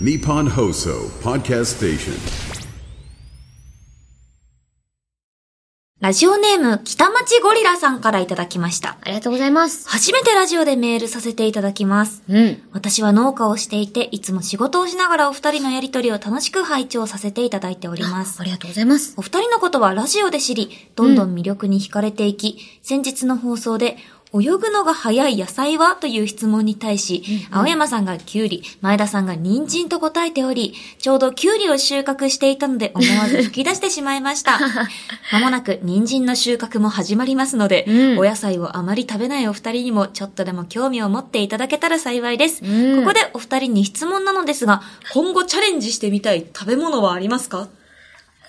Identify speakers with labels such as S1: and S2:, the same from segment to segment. S1: Nippon Hoso Podcast Station.
S2: ラジオネーム、北町ゴリラさんからいただきました。
S3: ありがとうございます。
S2: 初めてラジオでメールさせていただきます。
S3: うん。
S2: 私は農家をしていて、いつも仕事をしながらお二人のやりとりを楽しく拝聴させていただいております
S3: あ。りがとうございます。
S2: お二人のことはラジオで知り、どんどん魅力に惹かれていき、先日の放送で、泳ぐのが早い野菜はという質問に対し、青山さんがキュウリ、前田さんが人参と答えており、ちょうどキュウリを収穫していたので思わず吹き出してしまいました。まもなく人参の収穫も始まりますので、
S3: うん
S2: お野菜をあまり食べないお二人にもちょっとでも興味を持っていただけたら幸いです。
S3: うん
S2: ここでお二人に質問なのですが、今後チャレンジしてみたい食べ物はありますか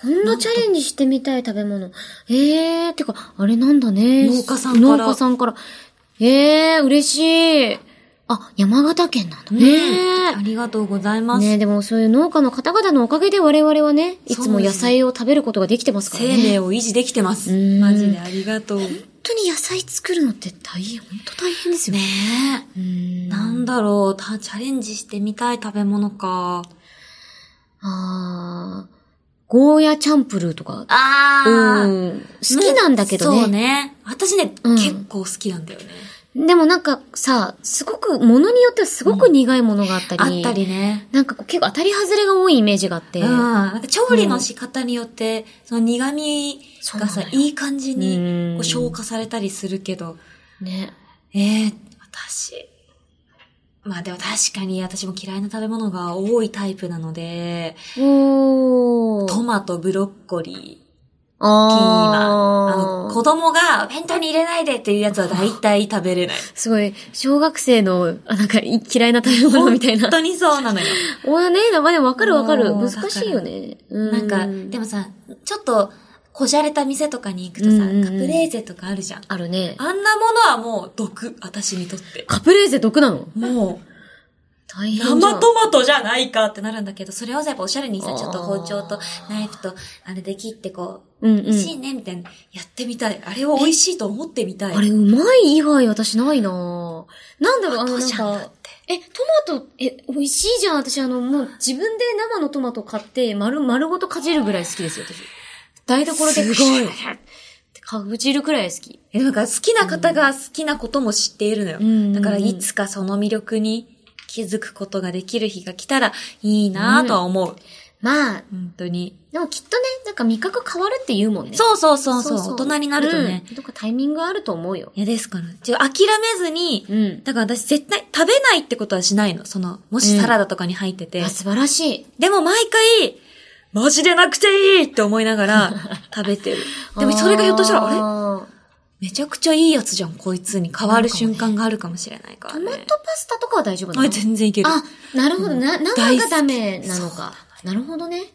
S3: こんなチャレンジしてみたい食べ物。えー、てか、あれなんだね。
S2: 農家さんから
S3: 農家さんから。えー、嬉しい。あ、山形県なんだね。
S2: ありがとうございます。
S3: ねでもそういう農家の方々のおかげで我々はね、いつも野菜を食べることができてますからね。
S2: 生命を維持できてます。
S3: うん
S2: マジでありがとう。ね
S3: 本当に野菜作るのって大変、本当大変ですよね。うーん
S2: なんだろう、たチャレンジしてみたい食べ物か。
S3: あー、ゴーヤチャンプルーとか。
S2: あ
S3: うん。好きなんだけどね。
S2: そうね。私ね、
S3: うん
S2: 結構好きなんだよね。
S3: でもなんかさ、すごく、ものによってはすごく苦いものがあった
S2: あ
S3: り。
S2: ったりね。
S3: なんかこう結構当たり外れが多いイメージがあって。
S2: うん。なんか調理の仕方によって、その苦味
S3: そう
S2: が
S3: な
S2: さ
S3: のよ、
S2: いい感じに
S3: うん
S2: こう消化されたりするけど、
S3: ね。
S2: ええ私。まあでも確かに私も嫌いな食べ物が多いタイプなので、
S3: おー。
S2: トマト、ブロッコリー、ピーマン。あ
S3: あ
S2: の、
S3: ー
S2: 子供が弁当に入れないでっていうやつは大体食べ れない。
S3: すごい、小学生の、あなんかい嫌いな食べ物みたいな
S2: 本。当にそうなのよ。
S3: おーね、まあでもわかるわかる。
S2: もう
S3: 難しいよね。
S2: な
S3: なん
S2: か、でもさ、ちょっと、こじゃれた店とかに行くとさ、
S3: うんうんうん
S2: カプレーゼとかあるじゃん。
S3: あるね。
S2: あんなものはもう毒、私にとって。
S3: カプレーゼ毒なの
S2: も
S3: 大
S2: う、
S3: 変じゃん。
S2: 生トマトじゃないかってなるんだけど、それをさ、やっぱおしゃれにさ、ちょっと包丁とナイフと、あれで切ってこう、
S3: うんう
S2: 美味し
S3: ん。
S2: いね、みたいな、やってみたい。あれを美味しいと思ってみたい。
S3: あれ、うまい以外私ないなぁなんだろう、あの、
S2: どう
S3: なん
S2: じゃんだっ
S3: か、
S2: て。
S3: え、トマト、え、美味しいじゃん。私、あの、もう自分で生のトマト買って、丸、丸ごとかじるぐらい好きですよ、私。台所で。
S2: すごい
S3: クシャーってかじるくらい好き。
S2: え、なんか好きな方が好きなことも知っているのよ。
S3: うん
S2: だからいつかその魅力に気づくことができる日が来たらいいなぁとは思う。
S3: まあ、
S2: 本当に。
S3: でもきっとね、なんか味覚変わるって言うもんね。
S2: そうそうそうそう大人になるとね。。
S3: うん、とかタイミングあると思うよ。
S2: いやですから、ちょ諦めずに、
S3: うん。
S2: だから私絶対食べないってことはしないの。その、もしサラダとかに入ってて。
S3: あ、素晴らしい。
S2: でも毎回、マジでなくていいって思いながら食べ てる。でもそれがひょっとしたら、あれ
S3: あれ
S2: めちゃくちゃいいやつじゃん、こいつに変わる瞬間があるかもしれないから、
S3: ト
S2: ね。
S3: マトパスタとかは大丈夫な
S2: あ
S3: の
S2: 全然いける。
S3: あ、なるほど。な、生
S2: 大好
S3: が
S2: き
S3: ダメなのか。なるほどね。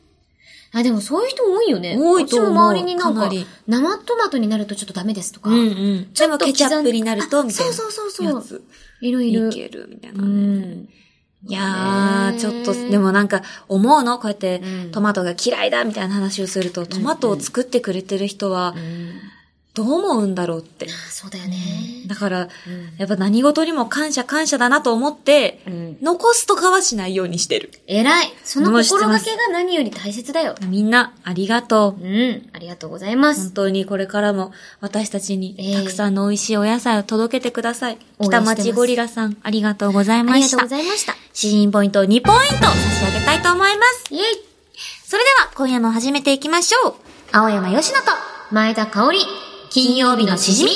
S3: あ、でもそういう人多いよね。
S2: 多いと思う
S3: 私も周りになん
S2: か
S3: か
S2: なり、
S3: 生トマトになるとちょっとダメですとか。
S2: うんうん。
S3: ち
S2: で
S3: ょ
S2: も
S3: っと刻ん
S2: ケチャップになると、みたいな。
S3: あそうそうそうそう
S2: やつ。
S3: いろい
S2: い
S3: ろ。
S2: ける、みたいうなね。
S3: ん。
S2: いや
S3: ね
S2: ー、ちょっと、でもなんか、思うのこうやって
S3: うん、
S2: トマトが嫌いだ、みたいな話をすると、トマトを作ってくれてる人は
S3: う、ん。
S2: どう思うんだろうって。
S3: あそうだよね。
S2: だから、やっぱ何事にも感謝感謝だなと思って、
S3: うん。
S2: 残すとかはしないようにしてる。
S3: 偉い。その
S2: もうして
S3: 心
S2: ま
S3: が
S2: す
S3: けが何より大切だよ。
S2: みんな、ありがとう
S3: う。ん。ありがとうございま
S2: 本
S3: す。
S2: 当にこれからも私たち
S3: え
S2: に
S3: え
S2: たくさんの美味しいお野菜を届けてください。
S3: 応援して
S2: 北
S3: ます
S2: 町ゴリラさん、ありがとうござい
S3: あ
S2: ま
S3: りが
S2: し
S3: とう
S2: た
S3: ご。ざいました。
S2: 詩人ポイントを2ポイント差し上げたいと思います。
S3: イェイ
S2: それでは今夜も始めていきましょう。青山よしのと、
S3: 前田香織、金曜日のしじみ。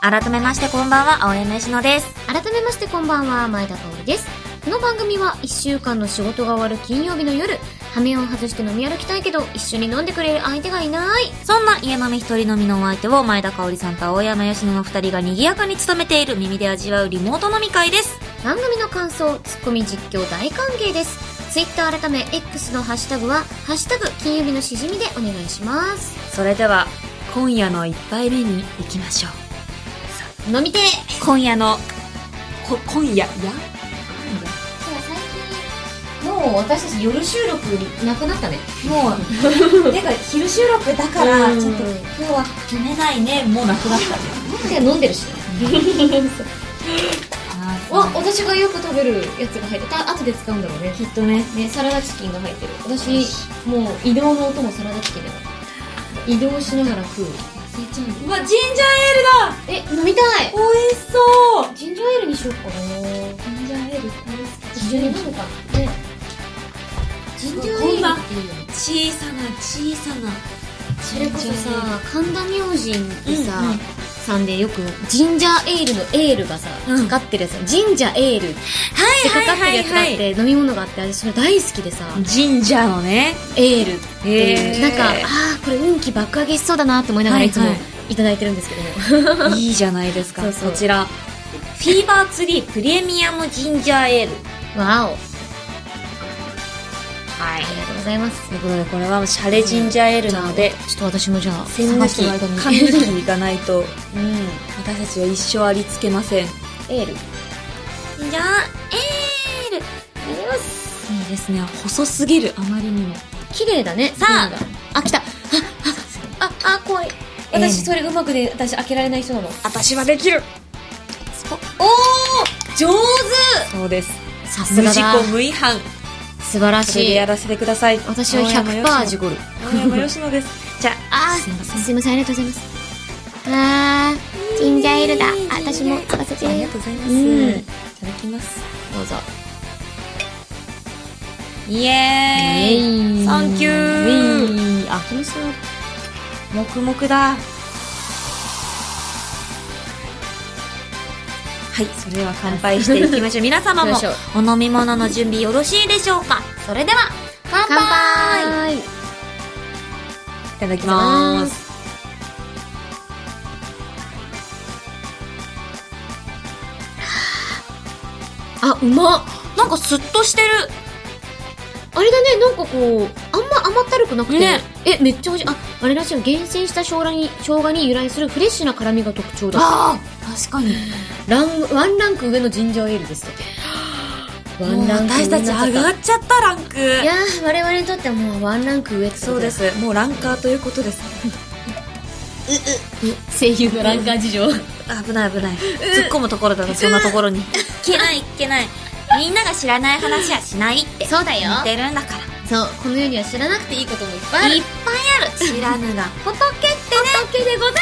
S2: 改めましてこんばんは、青山よしのです。
S3: 改めましてこんばんは前田香織ですこの番組は1週間の仕事が終わる金曜日の夜羽目を外して飲み歩きたいけど一緒に飲んでくれる相手がいない
S2: そんな家豆一人飲みのお相手を前田香織さんと青山よしのの二人が賑やかに務めている耳で味わうリモート飲み会です。
S3: 番組の感想ツッコミ実況大歓迎ですツイッター改め X のハッシュタグは「ハッシュタグ金曜日のしじみ」でお願いします
S2: それでは今夜の一杯目に行きましょう。
S3: 飲みて
S2: 今夜の、こ、今夜、いや
S3: 最近もう私たち夜収録なくなったね
S2: もう、てか昼収録だから、
S3: うん
S2: ちょっと今日は飲めないね、もうなくなった。
S3: 飲んでるしわ私がよく食べるやつが入ってた後で使うんだろうね
S2: きっとね
S3: ねサラダチキンが入ってる私もう移動の音もサラダチキンだから移動しながら食う忘れちゃう
S2: うわジンジャーエールだ
S3: え飲みたい
S2: 美味しそう
S3: ジンジャーエールにしようかな
S2: ジンジャーエール
S3: 一緒に飲むかねジンジャーエールっていいよね
S2: 小さな小さな
S3: それこそさ神田明神ってさ、
S2: うんうん
S3: さんでよくジンジャーエールのエールがさ、
S2: うん
S3: かかってるやつジンジャーエールってかかってるやつがあって、飲み物があって私それ大好きでさ、
S2: ジンジャーのね
S3: エールっていう、
S2: へー
S3: なんかああこれ運気爆上げしそうだなと思いながら
S2: はい
S3: いつも
S2: はい
S3: いただいてるんですけど も、
S2: いいじゃないですか
S3: そうそう
S2: こちらフィーバーツリープレミアムジンジャーエール
S3: わおあ
S2: はい
S3: りがとうございます
S2: ということでこれはシャレジンジャーエールなので
S3: ちょっと私もじゃあ
S2: 栓抜
S3: 探して
S2: き
S3: る
S2: 缶
S3: 間に
S2: 抜 きい かないと
S3: うん
S2: 私たちは一生ありつけません
S3: エールい
S2: じゃあエール
S3: ります
S2: いいですね細すぎるあまりにも
S3: 綺麗だね
S2: さあ
S3: 瓶があ来たああああ怖い
S2: エール
S3: 私それうまくで私開けられない人なの
S2: 私はできる
S3: おお上手
S2: そうです
S3: さす
S2: 無
S3: が
S2: 事
S3: だ
S2: 故無違反
S3: 素晴ら
S2: それで
S3: しい
S2: やらせてください
S3: 私は100%事故る
S2: 青山よしの ですじゃ
S3: あ
S2: すいません
S3: すいませんありがとうございますあージンジャーエールだあ私も合わせて
S2: あありがとうございます、
S3: うん
S2: いただきます
S3: どうぞ
S2: イエーイ
S3: イ
S2: サンキュー
S3: ウェイあ気持ちよ
S2: 黙々だはいそれでは乾杯していきましょう皆様も
S3: よいしょ
S2: お飲み物の準備よろしいでしょうかそれでは乾杯
S3: 乾杯
S2: いただきます
S3: あうまっ
S2: なんかスッとしてる
S3: あれだねなんかこうあんま甘ったるくなくて
S2: ね
S3: えめっちゃ美味しいああれらしいよ厳選した生姜に生姜に由来するフレッシュな辛みが特徴だ
S2: あ確かに
S3: ランワンランク上のジンジャーエールですだってワンランク上
S2: 私
S3: にな
S2: た
S3: っ
S2: ち
S3: ちゃ
S2: 上が
S3: っ
S2: っちゃったランク
S3: たいやー我々にとってはもうワンランク上ってことだ
S2: そうですもうランカーということです
S3: 声優のランカー事情
S2: 危ない危ない突っ込むところだなそんなとこ ろにいけないいけないみんなが知らない話はしないって
S3: そうだよ
S2: 言ってるんだか
S3: そうこの世には知らなくていいこともいっぱいあ
S2: ら
S3: る
S2: いっぱいある知らぬが
S3: 仏ってね仏でござる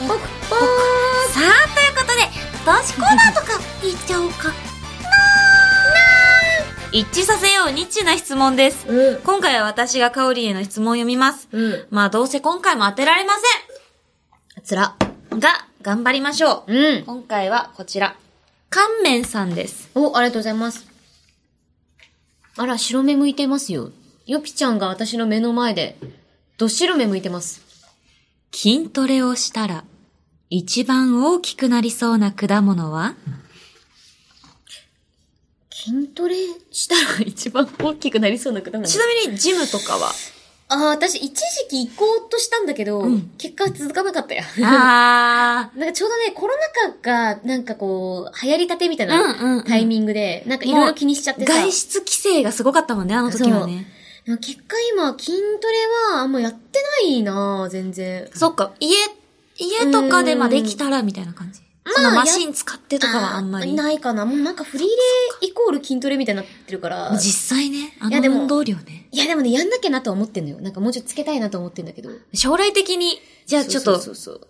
S3: ポクポク
S2: さあということで私コーナーとか行っちゃおうかな一致させようニッチな質問です
S3: うん
S2: 今回は私がカオリンへの質問を読みます
S3: うん
S2: まあどうせ今回も当てられま
S3: つら
S2: せんが頑張りましょう
S3: うん
S2: 今回はこちら乾麺さんです
S3: おありがとうございますあら白目向いてますよよぴちゃんが私の目の前でどっしろ目向いてます
S2: 筋トレをしたら一番大きくなりそうな果物は
S3: 筋トレしたら一番大きくなりそうな果物
S2: ちなみにジムとかは
S3: ああ、私一時期行こうとしたんだけど、
S2: うん
S3: 結果続かなかったよ。
S2: あ
S3: なんかちょうどね、コロナ禍が、なんかこう、流行りたてみたい
S2: うんうんうん
S3: なタイミングで、なんかいろいろ気にしちゃってさ。
S2: 外出規制がすごかったもんねあの時はね
S3: でも結果今、筋トレはあんまやってないなぁ全然。
S2: そっか、家、家とかでまあ
S3: うん
S2: できたらみたいな感じ。
S3: あ
S2: そのマシン使ってとかはあんまり。
S3: ないかな。もうなんかフリーレイイコール筋トレみたいになってるから。
S2: 実際ね、あ
S3: いやで
S2: の
S3: も
S2: 運動量ね。
S3: いやでもね、やんなきゃなとは思ってんのよ。なんかもうちょっとつけたいなと思ってんだけど。
S2: 将来的に、じゃあちょっと
S3: そ、うそうそうそう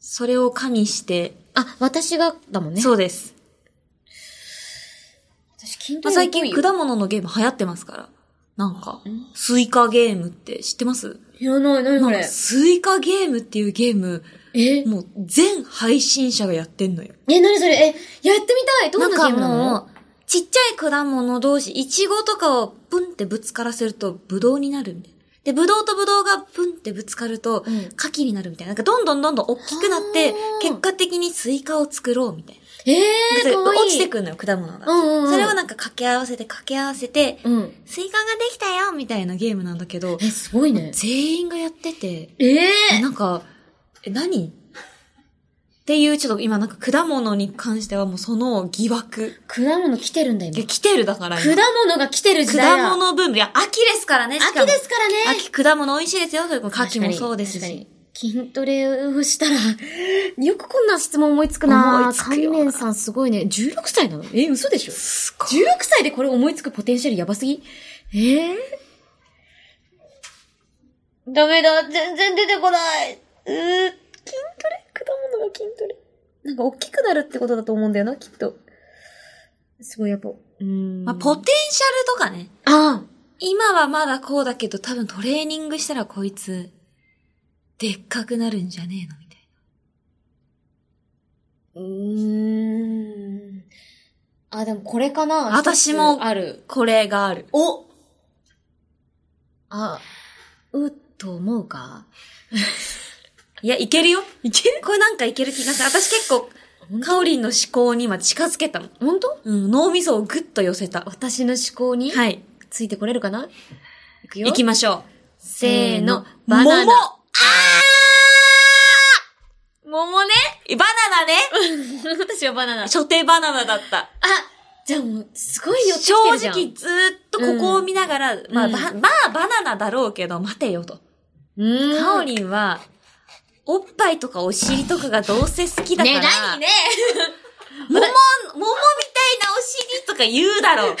S2: それを加味して、
S3: あ、私がだもんね。
S2: そうです。
S3: 私筋
S2: まあ
S3: トレ
S2: 最
S3: 多い
S2: 近
S3: よ
S2: 果物のゲーム流行ってますから。なんか、スイカゲームって知ってます
S3: いらない、何
S2: な
S3: こ
S2: んか
S3: れ。
S2: スイカゲームっていうゲーム、
S3: え
S2: もう全配信者がやってんのよ。
S3: え、何それえ、やってみたいどんなゲームな
S2: なんか
S3: の
S2: もう、ちっちゃい果物同士、イチゴとかをプンってぶつからせると、ブドウになるみたいな。で、ブドウとブドウがプンってぶつかると
S3: うん、
S2: カキになるみたいな。なんかどんどんどんどん大きくなって
S3: は、あ
S2: 結果的にスイカを作ろうみたい
S3: え
S2: な。
S3: ー、かわいい。
S2: 落ちてくんのよ、果物が。
S3: うんうんうん
S2: それをなんか掛け合わせて掛け合わせて、
S3: うん。
S2: スイカができたよみたいなゲームなんだけど
S3: え、、すご いね。
S2: 全員がやってて、
S3: えー、
S2: なんか、え、何っていう、ちょっと今なんか果物に関してはもうその疑惑。
S3: 果物来てるんだよ、
S2: いや、
S3: 今。
S2: 来てるだから
S3: 果
S2: 今
S3: 物が来てる時代だ。
S2: 果物ブーム。いや、秋ですからね、しかも
S3: 秋ですからね。
S2: 秋、果物美味しいですよ。それこそ
S3: 確
S2: 牡
S3: か
S2: 蠣
S3: に
S2: もそうです
S3: 確かに
S2: し。
S3: 筋トレをしたら、 よくこんな質問思いつくな
S2: 思いつくよ
S3: 関連さんすごいね。16歳なのえ、嘘でしょ ?16 歳でこれ思いつくポテンシャルやばすぎええダメだ。全然出てこない。うー筋トレ果物が筋トレ。なんか大きくなるってことだと思うんだよな、きっと。すごいやっぱ。うーん。
S2: まあ、ポテンシャルとかね。
S3: ああ
S2: 今はまだこうだけど、多分トレーニングしたらこいつ、でっかくなるんじゃねえのみたい
S3: ーん。あ、でもこれかな
S2: 私も
S3: 一つある。
S2: な。これがある。
S3: おあ、う、と思うか
S2: いや、いけるよ。いけるこれなんかいける気がする。私結構、カオリンの思考に今近づけたの。
S3: 本当
S2: うん、脳みそをぐっと寄せた。
S3: 私の思考に
S2: はい。
S3: ついてこれるかないくよ。
S2: 行きましょう。
S3: せーの、
S2: バナナ。
S3: バナ
S2: 桃
S3: ナ。
S2: あー桃ねバナナね
S3: 私はバナナ。あ、
S2: 初手バナナだった。
S3: じゃあもう、すごいよ
S2: 正直、ずーっとここを見ながら、まあ、
S3: うん
S2: ば、まあバナナだろうけど、待てよと。
S3: うーん。
S2: カオリンは、おっぱいとかお尻とかがどうせ好きだか
S3: ね
S2: ら、
S3: え、何ね
S2: 桃、桃みたいなお尻とか言うだ ろう。あい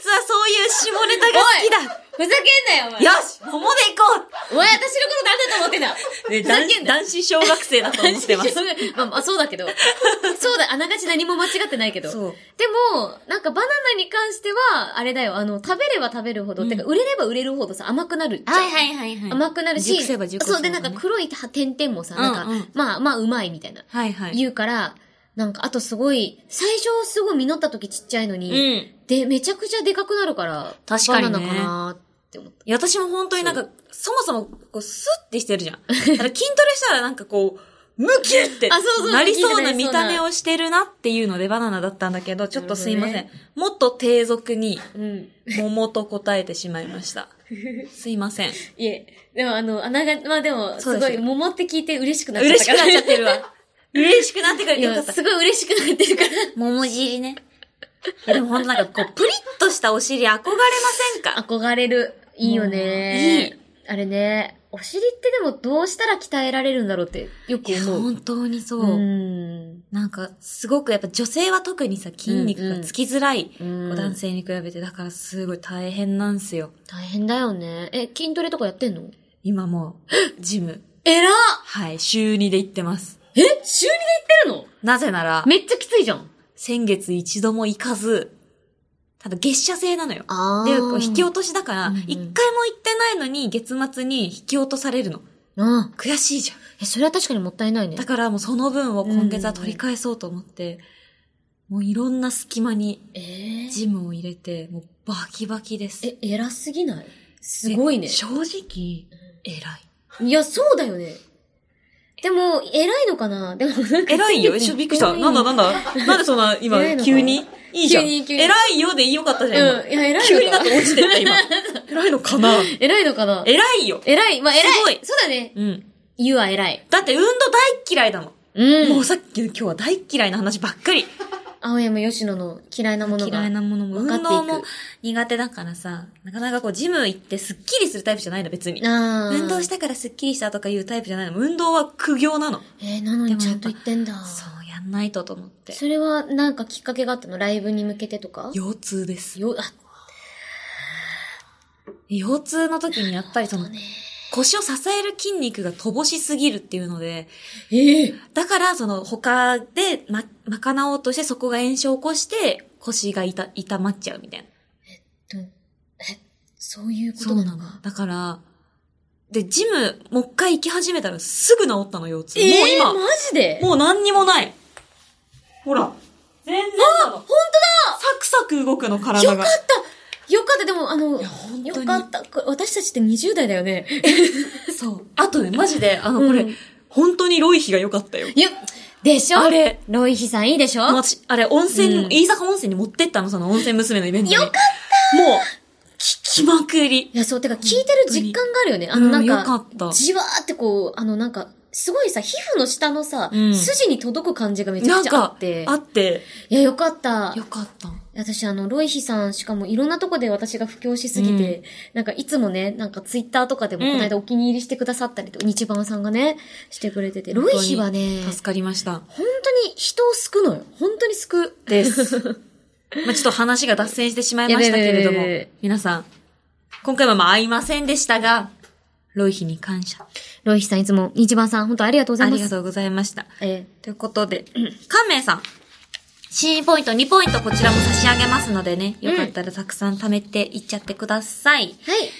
S2: つはそういう下ネタが好きだ。
S3: ふざけんなよ、お前。
S2: よし桃で行こ
S3: お前、私のこと誰だと思ってんだ。
S2: う、ね、
S3: ふざけんなよ。
S2: 男子小学生だと思 ってます。
S3: まあ、まあ、そうだけど。そうだ、あながち何も間違ってないけ ど。
S2: そう。
S3: でも、なんかバナナに関しては、あれだよ、あの、食べれば食べるほど、
S2: うん
S3: てか、売れれば売れるほどさ、甘くなるじゃん。
S2: はいはいはいはい。
S3: 甘くなるし、
S2: 熟せば熟せばね
S3: そうで、なんか黒い点々もさ、なんか、
S2: うんうん
S3: まあまあうまいみたいな。
S2: はいはい。
S3: 言うから、なんか、あとすごい、最初すごい実った時ちっちゃいのに、
S2: うん。
S3: で、めちゃくちゃでかくなるから、
S2: 確かにね
S3: バナナかなーって思った。
S2: いや、私も本当になんか、そもそも、こう、スッてしてるじゃん。だから筋トレしたらなんかこう、ムキュって
S3: あそうそう
S2: なりそうな
S3: ムキ
S2: 見
S3: ュってなりそうな
S2: た目をしてるなっていうのでバナナだったんだけど、ちょっとすいません。
S3: なる
S2: もっと低俗に、
S3: うん。
S2: 桃と答えてしまいま した。すいません。
S3: いえ、でもあの、あなが、まあでも、
S2: そう
S3: す
S2: です
S3: ごい、桃って聞いて嬉しくなっちゃっ
S2: 嬉
S3: た
S2: し
S3: か
S2: く
S3: ら。
S2: なっちゃってるわ。嬉しくなってくれ
S3: い
S2: てよか
S3: や、
S2: った
S3: す。ごい嬉しくなってるから。
S2: 桃尻ね。いや、でも本当なんかこう、プリッとしたお尻憧れませんか
S3: 憧れる。いいよね。
S2: うんいい。
S3: あれね、お尻ってでもどうしたら鍛えられるんだろうってよ
S2: い
S3: く
S2: や、
S3: 思う。
S2: 本当にそうう。
S3: ん。
S2: なんか、すごくやっぱ女性は特にさ、筋肉がつきづらい、
S3: うん
S2: こう男性に比べて、だからすごい大変なんすよ。
S3: 大変だよね。え、筋トレとかやってんの
S2: 今も う、ジム。
S3: えら
S2: はい、週2で行ってます。
S3: え週2で行ってる
S2: なぜなら
S3: の、めっちゃきついじゃん。
S2: 先月一度も行かず、ただ月謝制なのよ。
S3: あ
S2: で、こう引き
S3: 落
S2: 落としだから
S3: うんうん、
S2: 一、回も行ってないのに、月末に引き落とされるの。
S3: うん。
S2: 悔しいじゃん。
S3: え、それは確かにもったいないね
S2: だ。からもうその分を今月は取り返そうと思って、もういろんな隙間に
S3: えー
S2: ジムを入れて、もうバキバキです。
S3: え、偉すぎないすごいね
S2: で。正直、偉い。
S3: いや、そうだよね。でも、偉いのかなでも、なんか
S2: 偉い よ。え、ちょ、びっくりした。なんだなんだなんでそんな、今
S3: 偉いの、か
S2: 急にいいじゃん。
S3: 急に急に
S2: 偉いよでよかったじゃん、今。
S3: うん。いや、偉いのか
S2: 急になんか落ちてった、今。偉いのかな
S3: 偉いのかな
S2: 偉いよ。
S3: 偉い。まあ、偉い。
S2: すごい
S3: そうだね。
S2: うん。
S3: 言うは偉い。
S2: だって運動大嫌いだもん。
S3: うん
S2: もうさっきの今日は大嫌いな話ばっかり。
S3: 青山吉野の嫌いなものが。
S2: 嫌いなものも、
S3: 分かって
S2: 運
S3: いく
S2: 動も苦手だからさ、なかなかこう、ジム行ってスッキリするタイプじゃないの、別に。
S3: あー
S2: 運動したからスッキリしたとかいうタイプじゃないの。運動は苦行なの。
S3: えー、なのにちゃんと言ってんだ。
S2: そう、やんないとと思って。
S3: それはなんかきっかけがあったのライブに向けてとか
S2: 腰痛です。
S3: よ、あ、
S2: 腰痛の時にやっぱりその、腰を支える筋肉が乏しすぎるっていうので、
S3: ええ
S2: だからその他でま、賄おうとしてそこが炎症を起こして腰が痛、痛まっちゃうみたいな。
S3: とえ、そういうことなのか。
S2: だから、で、ジム、もう一回行き始めたらすぐ治ったの腰痛。
S3: ええ
S2: もう
S3: マジで
S2: 今、もう何にもない。ほら。全然なの。本当だサクサク動くの、体が。
S3: よかったよかった、でもあの、
S2: 本当に
S3: よかった。これ私たちって20代だよね。
S2: そう。あとね、マジで、あの、これ、
S3: うん
S2: 本当にロイヒが良かったよ。
S3: いや、でしょ
S2: あれ。
S3: ロイヒさんいいでしょ
S2: もう私、あれ、温泉、
S3: うん
S2: 飯坂温泉に持ってったの、その温泉娘のイベントに。
S3: よかった
S2: もう、聞きまくり。
S3: いや、そう、てか聞いてる実感があるよね。あ
S2: う
S3: の、
S2: ん
S3: なんか、
S2: よかった
S3: じわーってこう、あの、なんか、すごいさ、皮膚の下のさ、
S2: うん
S3: 筋に届く感じがめちゃ
S2: な
S3: く
S2: ん
S3: ちゃあ
S2: か
S3: って。、
S2: あって、
S3: いや、よかった。
S2: よかった。
S3: 私、あの、ロイヒさん、しかもいろんなとこで私が布教しすぎて、なんかいつもね、なんかツイッターとかでも
S2: うん
S3: この間お気に入りしてくださったりと、日番さんがね、してくれてて、ロイヒはね、
S2: 助かりました。
S3: 本当に人を救うのよ。本当に救う。
S2: です。 まあちょっと話が脱線してしまいましたけれど
S3: いやいやいやいやい
S2: も
S3: や、
S2: 皆さん、今回はまあ会いませんでしたが、ロイヒに感謝。
S3: ロイヒさんいつも、日番さん、本当ありがとうござ
S2: あ
S3: いま
S2: り
S3: す。
S2: がとうございました。
S3: え
S2: ということ で、カンメイさん。C ポイント、2ポイントこちらも差し上げますのでね、よかったらたくさん貯めていっちゃってください。
S3: えはい。
S2: という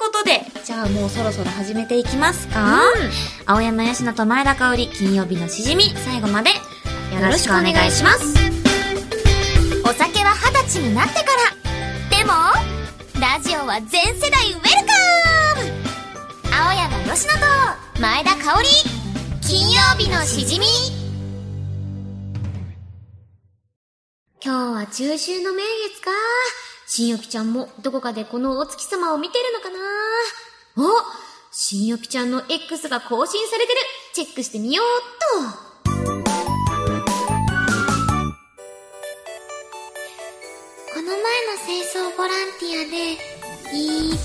S2: ことで、じゃあもうそろそろ始めていきますか、
S3: うん
S2: 青山吉乃と前田香織、金曜日のしじみ、最後までよろしくお願いします。
S4: お酒は二十歳になってからでもラジオは全世代ウェルカム青山吉乃と前田香織金曜日のしじみ
S3: 今日は中秋の名月か。新よぴちゃんもどこかでこのお月様を見てるのかなお新よぴちゃんの X が更新されてるチェックしてみようっ
S4: この前の清掃ボランティアでいっ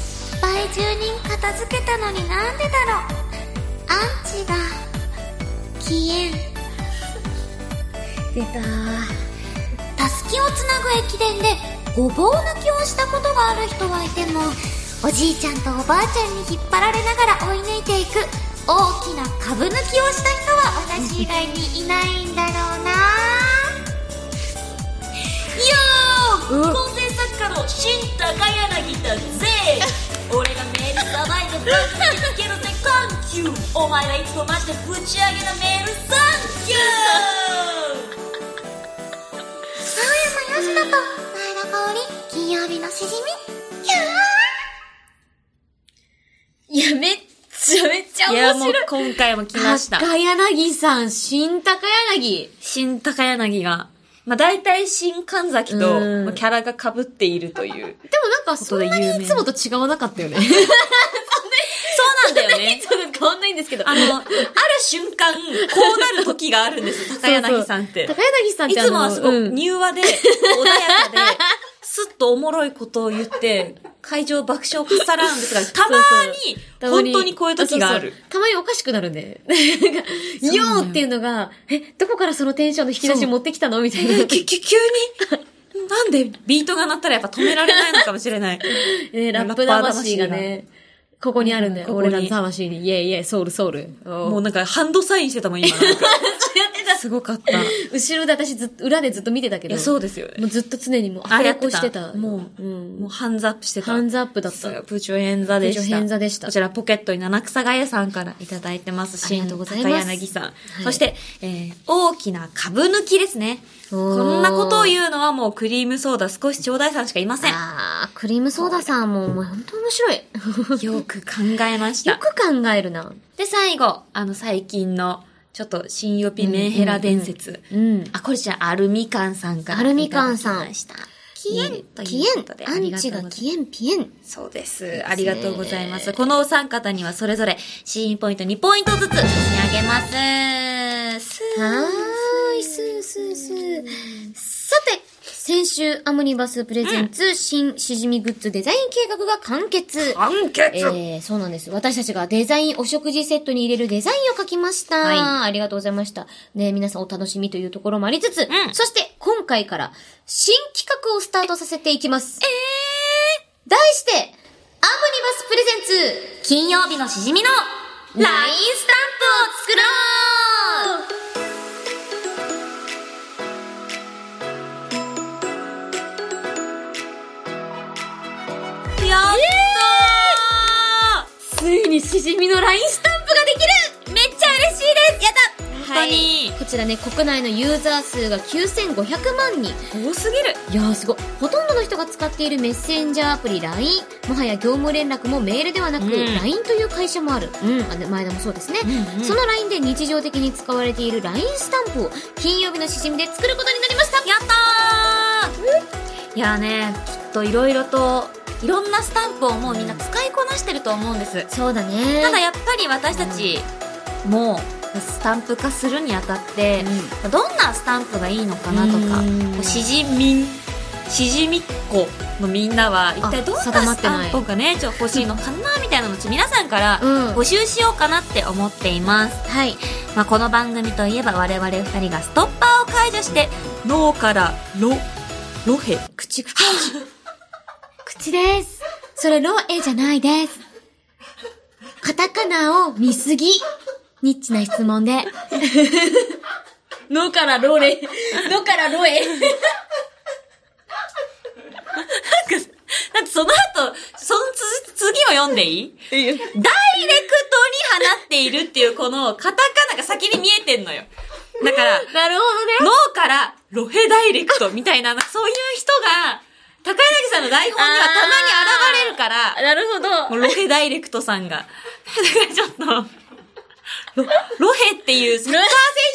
S4: ぱい住人片付けたのになんでだろうアンチが消えん
S3: と。出た
S4: たすきをつなぐ駅伝でごぼう抜きをしたことがある人はいてもおじいちゃんとおばあちゃんに引っ張られながら追い抜いていく大きな株抜きをした人は私以外にいないんだろうないやー
S2: 構成作家の新高柳だぜ俺がメールサバイブぶつけるぜサンキューお前はいつもマジでぶち上げなメールサンキュー
S4: 青山よしと前田香織金曜日のしじみいや
S3: いや、めっちゃめっちゃ
S2: いやも
S3: 面
S2: う
S3: 白い。
S2: 今回も来ました
S3: 高柳さん、新高柳。
S2: 新高柳がまあ大体新神崎と
S3: うん
S2: まあキャラが被っているという
S3: でもなんかそんなにいつもと違わなかったよね。
S2: そうなんだよね
S3: いつもと変わんないんですけど。
S2: あの、ある瞬間、こうなる時があるんです、高柳さんって
S3: そう。そう高柳さんっ
S2: い
S3: てあ
S2: つ
S3: の
S2: もはすご
S3: う
S2: い、
S3: ん
S2: 柔和で、穏やかで、すっとおもろいことを言って、会場爆笑をかっさらうんですが、たまに、
S3: たま
S2: 本
S3: に
S2: 当にこういう時がある
S3: そう。そうたまにおかしくなるんで。なんか、よーっていうのが、え、どこからそのテンションの引き出し持ってきたのみたいな。
S2: えきき急に、なんでビートが鳴ったらやっぱ止められないのかもしれ ない。
S3: ね、ラップ魂がね、ここにあるんだよ。
S2: ここに
S3: 俺らの魂に。イェイイェイ、ソウルソウル。
S2: も
S3: も
S2: う
S3: う、
S2: なんかハンドサインしてたもん、 今なんか。すごかった。い
S3: 後ろで私ずっと、裏でずっと見てたけど。
S2: や、そうですよね。
S3: もうずっと常にもう、
S2: あ、やっ
S3: ってこ
S2: た。
S3: してた。
S2: もう、
S3: うん。
S2: もうハンズアップしてた。
S3: ハンズアップだっ
S2: そ
S3: た。
S2: うプチョヘンザでした。
S3: プチョヘンザでした
S2: こちらポケットに七草がやさんからいただいてます。
S3: ありがとうございます
S2: 新高柳さん。そして、えー大きな株抜きですね。
S3: おー
S2: こんなことを言うのはもうクリームソーダ少しちょうだいさんしかいません。
S3: あー、クリームソーダさんも、もう本当面白い。
S2: よく考えまし
S3: よ
S2: た。
S3: く考えるな。
S2: で、最後、あの最近の、ちょっと新予備メンヘラ伝説。
S3: うん。
S2: あ、これじゃあアルミカンさんから。
S3: アルミカンさん
S2: いただきました。
S3: キエ
S2: 見る
S3: ン、
S2: と
S3: キ
S2: いうことで
S3: エン、アンチがキエン、ピエン。
S2: そうです。ありがとうございます。このお三方にはそれぞれ、シーンポイント2ポイントずつ差し上げます。す
S3: はーい、スースースー。さて、先週、アムニバスプレゼンツ、新しじみグッズデザイン計画が完結。
S2: 完結
S3: えー、そうなんです。私たちがデザイン、お食事セットに入れるデザインを書きました。
S2: はい
S3: ありがとうございました。ね、皆さんお楽しみというところもありつつ、
S2: ん
S3: そして今回から新企画をスタートさせていきます。えー、題して、アムニバスプレゼンツ、
S2: 金曜日のしじみの、
S3: LINE スタンプを作
S2: やっ
S3: ろうついにしじみの LINE スタンプができるめっちゃ嬉しいですやった
S2: 本当に
S3: こちらね、国内のユーザー数が9500万人。
S2: たー多すぎる
S3: いやーすごい。ほとんどの人が使っているメッセンジャーアプリ LINE。もはや業務連絡もメールではなく、
S2: うん
S3: LINE という会社もある。うん。あの前田もそうですね。
S2: うんうん
S3: その LINE で日常的に使われている LINE スタンプを金曜日のしじみで作ることになりました
S2: やったーいやーね、きっといろいろと、いろんなスタンプをもうみんな使いこなしてると思うんです。
S3: そうだね
S2: ただやっぱり私たちもスタンプ化するにあたって、どんなスタンプがいいのかなとか、
S3: うん
S2: こう詩人民しじみっ子のみんなは一体どんな
S3: あ定まってない
S2: スタンプがねちょっと欲しいのかなみたいなのちょ皆さんから
S3: うん
S2: 募集しようかなって思っています、
S3: はい。
S2: まあ、この番組といえば我々二人がストッパーを解除して脳からロロヘ
S3: 口、 口。口です。それ、ロエじゃないです。カタカナを見すぎ。ニッチな質問で。のからロレ。のからロエ。
S2: だってその後、そのつ次を読んでいいダイレクトに放っているっていうこのカタカナが先に見えてんのよ。だから、
S3: なるほどね。
S2: 脳からロヘダイレクトみたいな、そういう人が、高柳さんの台本にはたまに現れるから、
S3: なるほ
S2: も
S3: ど。
S2: うロヘダイレクトさんが。だからちょっと、ロロヘっていうサッカー選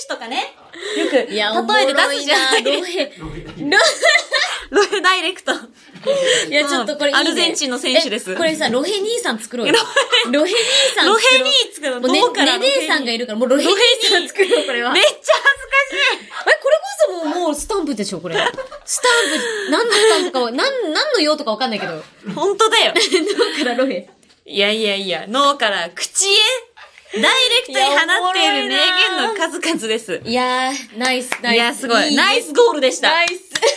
S2: 手とかね、よく例え
S3: いや、
S2: て出すじゃない
S3: ロ
S2: ですか。
S3: ヘ。
S2: ロヘダイレクト。
S3: いや、ちょっとこれいい、ね、
S2: アルゼンチンの選手です
S3: えこれさ、ロヘ兄さん作ろうよ
S2: ロ。
S3: ロヘ兄さん
S2: ロヘ
S3: 作ろう。
S2: に作る
S3: も
S2: の、
S3: うね、
S2: 脳から
S3: ね
S2: ロヘ
S3: ね
S2: に
S3: えさんがいるから、もうロヘ兄さん作ろう、これ は。
S2: めっ
S3: え、こ
S2: ちゃ恥ずかしい。
S3: れこそもう、もうスタンプでしょ、こ れ。スタンプ、何のスタンプかは、何、何の用途かわかんないけど。だ
S2: 本当だよ。
S3: からロヘ。
S2: いやいやいや、脳から口へ、ダイレクトに放っている名言の数々です。
S3: いやー、ナイス、ナイ
S2: い
S3: ス。
S2: や、すごい。ナイ
S3: ス。
S2: スゴールでした。
S3: ナ
S2: ロ
S3: イ
S2: ヘ
S3: ス。
S2: ダイレ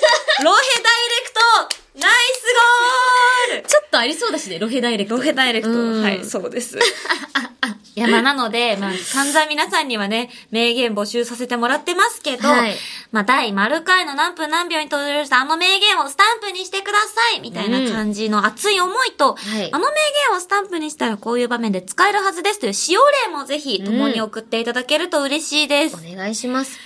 S2: クトナイスゴール
S3: ちょっとありそうだしね、ロヘダイレクト。
S2: ロヘダイレク
S3: う
S2: ト。
S3: ん
S2: はい、そう です。いや、まあ、なので、まあ、散々皆さんにはね、名言募集させてもらってますけど、
S3: はい
S2: まあ、第丸回の何分何秒に登場したあの名言をスタンプにしてくださいみたいな感じの熱い思いと、
S3: はい
S2: あの名言をスタンプにしたらこういう場面で使えるはずですという使用例もぜひ、共に送っていただけると嬉しいです。
S3: お願いします。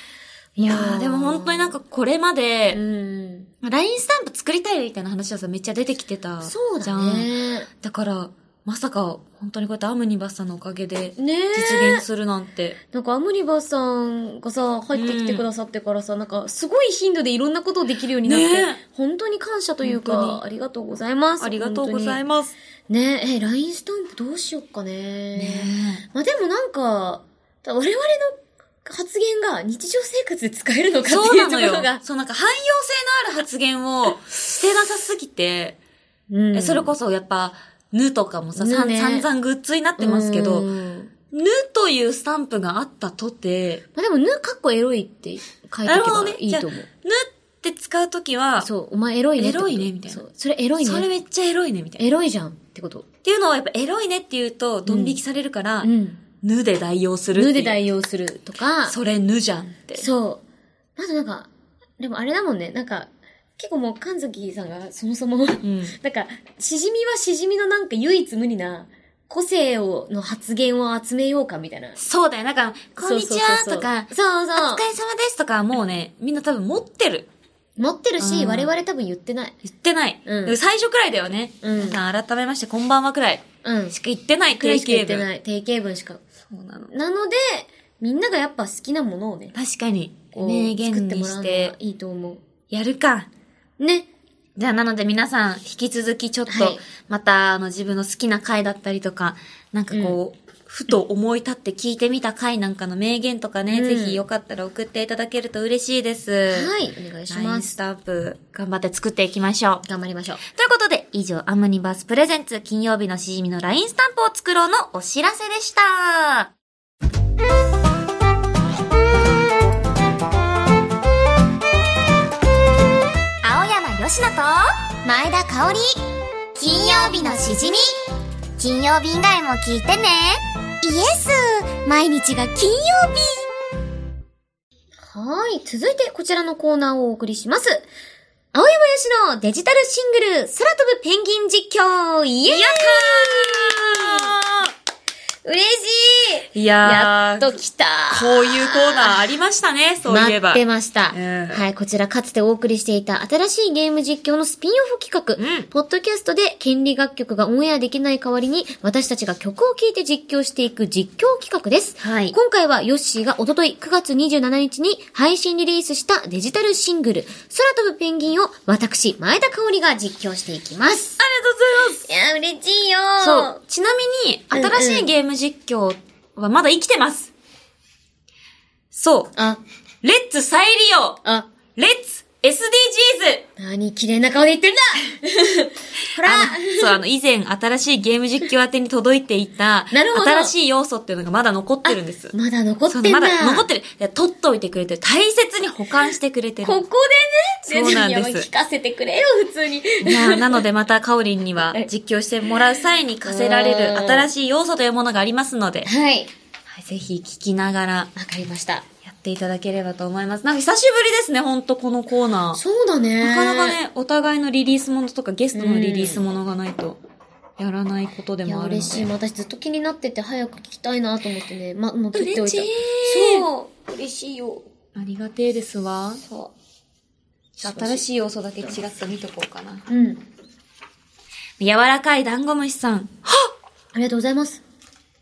S2: いやー、でも本当になんかこれまで、
S3: うん。
S2: ラインスタンプ作りたいみたいな話はさ、めっちゃ出てきてた。
S3: そう
S2: じ
S3: だ
S2: ゃん。
S3: ね。
S2: だから、まさか、本当にこうやってアムニバスさんのおかげで、実
S3: ねえ
S2: 現するなんて。
S3: なんかアムニバさんがさ、入ってきてくださってからさ、なんかすごい頻度でいろんなことをできるようになって、
S2: ねえ
S3: 本当に感謝という
S2: 本当
S3: か、
S2: に
S3: ありがとうございます。
S2: ありがとうござい
S3: ま
S2: ます。
S3: す。ねえ、え、LINE スタンプどうしよっかね。まあでもなんか、た我々の発言が日常生活で使えるのかって
S2: そう
S3: い
S2: な
S3: うと
S2: の
S3: ころ
S2: よ
S3: が。。
S2: そう、なんか汎用性のある発言をしてなさすぎて、
S3: う
S2: えそれこそやっぱ、ぬとかもさ、
S3: ぬ
S2: さん
S3: ね
S2: 散々グッズになってますけ
S3: う
S2: ど、
S3: ん
S2: ぬというスタンプがあったとて、
S3: まあでも、ぬかっこエロいって書いて
S2: な
S3: お
S2: る
S3: け
S2: ほど
S3: ば
S2: ね。
S3: いいと思う。
S2: じゃあぬって使うときは、そ
S3: そう、お前エロいねってこと。
S2: エロいねみたいな
S3: そう、それエロいね。
S2: れめっちゃエロいね、みたいな。
S3: エロいじゃんってこと。
S2: っていうのはやっぱエロいねって言うと、ドン引きされるから、
S3: うん。
S2: ぬで代用するってい
S3: ぬ
S2: う。
S3: で代用するとか、
S2: それぬじゃんって。
S3: そう。あとなんか、でもあれだもんね、なんか、結構もう神崎さんがそもそも、 なん
S2: ん
S3: か、しじみはしじみのなんか唯一無二な個性を、の発言を集めようかみたいな。
S2: そうだよ。なんか、こんにちはとか、
S3: そうそう
S2: お
S3: そう
S2: 疲れ様ですとか、もうね、みんな多分持ってる。
S3: 持ってるし、
S2: うん
S3: 我々多分言ってない。
S2: 言ってない。
S3: うん
S2: 最初くらいだよね。
S3: うん
S2: なんか改めまして、こんばんはくらい。
S3: うん。
S2: しか言ってない、
S3: くら
S2: 定
S3: いしか言
S2: 型
S3: って
S2: 文。
S3: ない。定型文しか。
S2: そうなの。
S3: なので、みんながやっぱ好きなものをね、
S2: 確かに、
S3: こう
S2: 名言にし
S3: 作ってもらうの
S2: て
S3: が、いいと思
S2: やるか。
S3: う。ね。
S2: じゃあ、なので皆さん、引き続きちょっと
S3: はい、
S2: また、あの、自分の好きな回だったりとか、なんかこう、ふと思い立って聞いてみた回なんかの名言とかね、
S3: うん
S2: ぜひよかったら送っていただけると嬉しいです。
S3: はい、お願いし
S2: ライ
S3: ま
S2: ンス
S3: す。
S2: タンプ、頑張って作っていきましょう。
S3: 頑張りましょう。
S2: ということで、以上、アムニバースプレゼンツ、金曜日のしじみの LINE スタンプを作ろうのお知らせでした。
S4: 青山よしと前田香織金曜日のしじみ金曜日以外も聞いてねイエス毎日が金曜日
S3: はい。続いて、こちらのコーナーをお送りします。青山よしのデジタルシングル、空飛ぶペンギン実況イエーイ嬉しい
S2: いや
S3: や
S2: ー
S3: っと来た
S2: こういうコーナーありましたね、そうい
S3: 待
S2: えば。
S3: ってました、
S2: うん
S3: はい、こちらかつてお送りしていた新しいゲーム実況のスピンオフ企画、
S2: うん
S3: ポッドキャストで権利楽曲がオンエアできない代わりに私たちが曲を聴いて実況していく実況企画です。
S2: はい
S3: 今回はヨッシーがおととい9月27日に配信リリースしたデジタルシングル、空飛ぶペンギンを私、前田香織が実況していきます。
S2: ありがとうございます。
S3: いや、嬉しいよ
S2: そう。ちなみに、
S3: うんうん
S2: 新しいゲーム実況はまだ生きてます。そう。
S3: あ、
S2: レッツ再利用
S3: あ、
S2: レッツ SDGs!
S3: 何綺麗な顔で言ってるん だほら
S2: あ のそう、あの、以前新しいゲーム実況宛てに届いていた、
S3: なるほど
S2: 新しい要素っていうのがまだ残ってるんです。
S3: まだ残っ
S2: そう
S3: て
S2: ん
S3: だ。
S2: まだ残ってる。いや取っておいてくれてる。大切に保管してくれてる。
S3: ここでね、
S2: そうなんです
S3: いやいや聞かせてくれよ、普通に。
S2: いやーなのでまた、かおりんには実況してもらう際に課せられる
S3: うん
S2: 新しい要素というものがありますので、
S3: はい。
S2: はいぜひ聞きながら
S3: わかりました。
S2: やっていただければと思います。なんか久しぶりですね、ほんとこのコーナー。
S3: そうだね。
S2: なかなか。ね、お互いのリリースものとかゲストのリリースものがないと、やらないことで
S3: いや、
S2: もあるの
S3: 嬉しい。
S2: で。
S3: 私ずっと気になってて早く聞きたいなと思ってね。ま、もう取っておいた。
S2: 嬉しい
S3: そう。嬉しいよ。
S2: ありがてえですわ。
S3: そ
S2: 新しい要素だけ違って見とこうかな。
S3: う。うん。
S2: 柔らかいダンゴムシさん。
S3: ありがとうございます。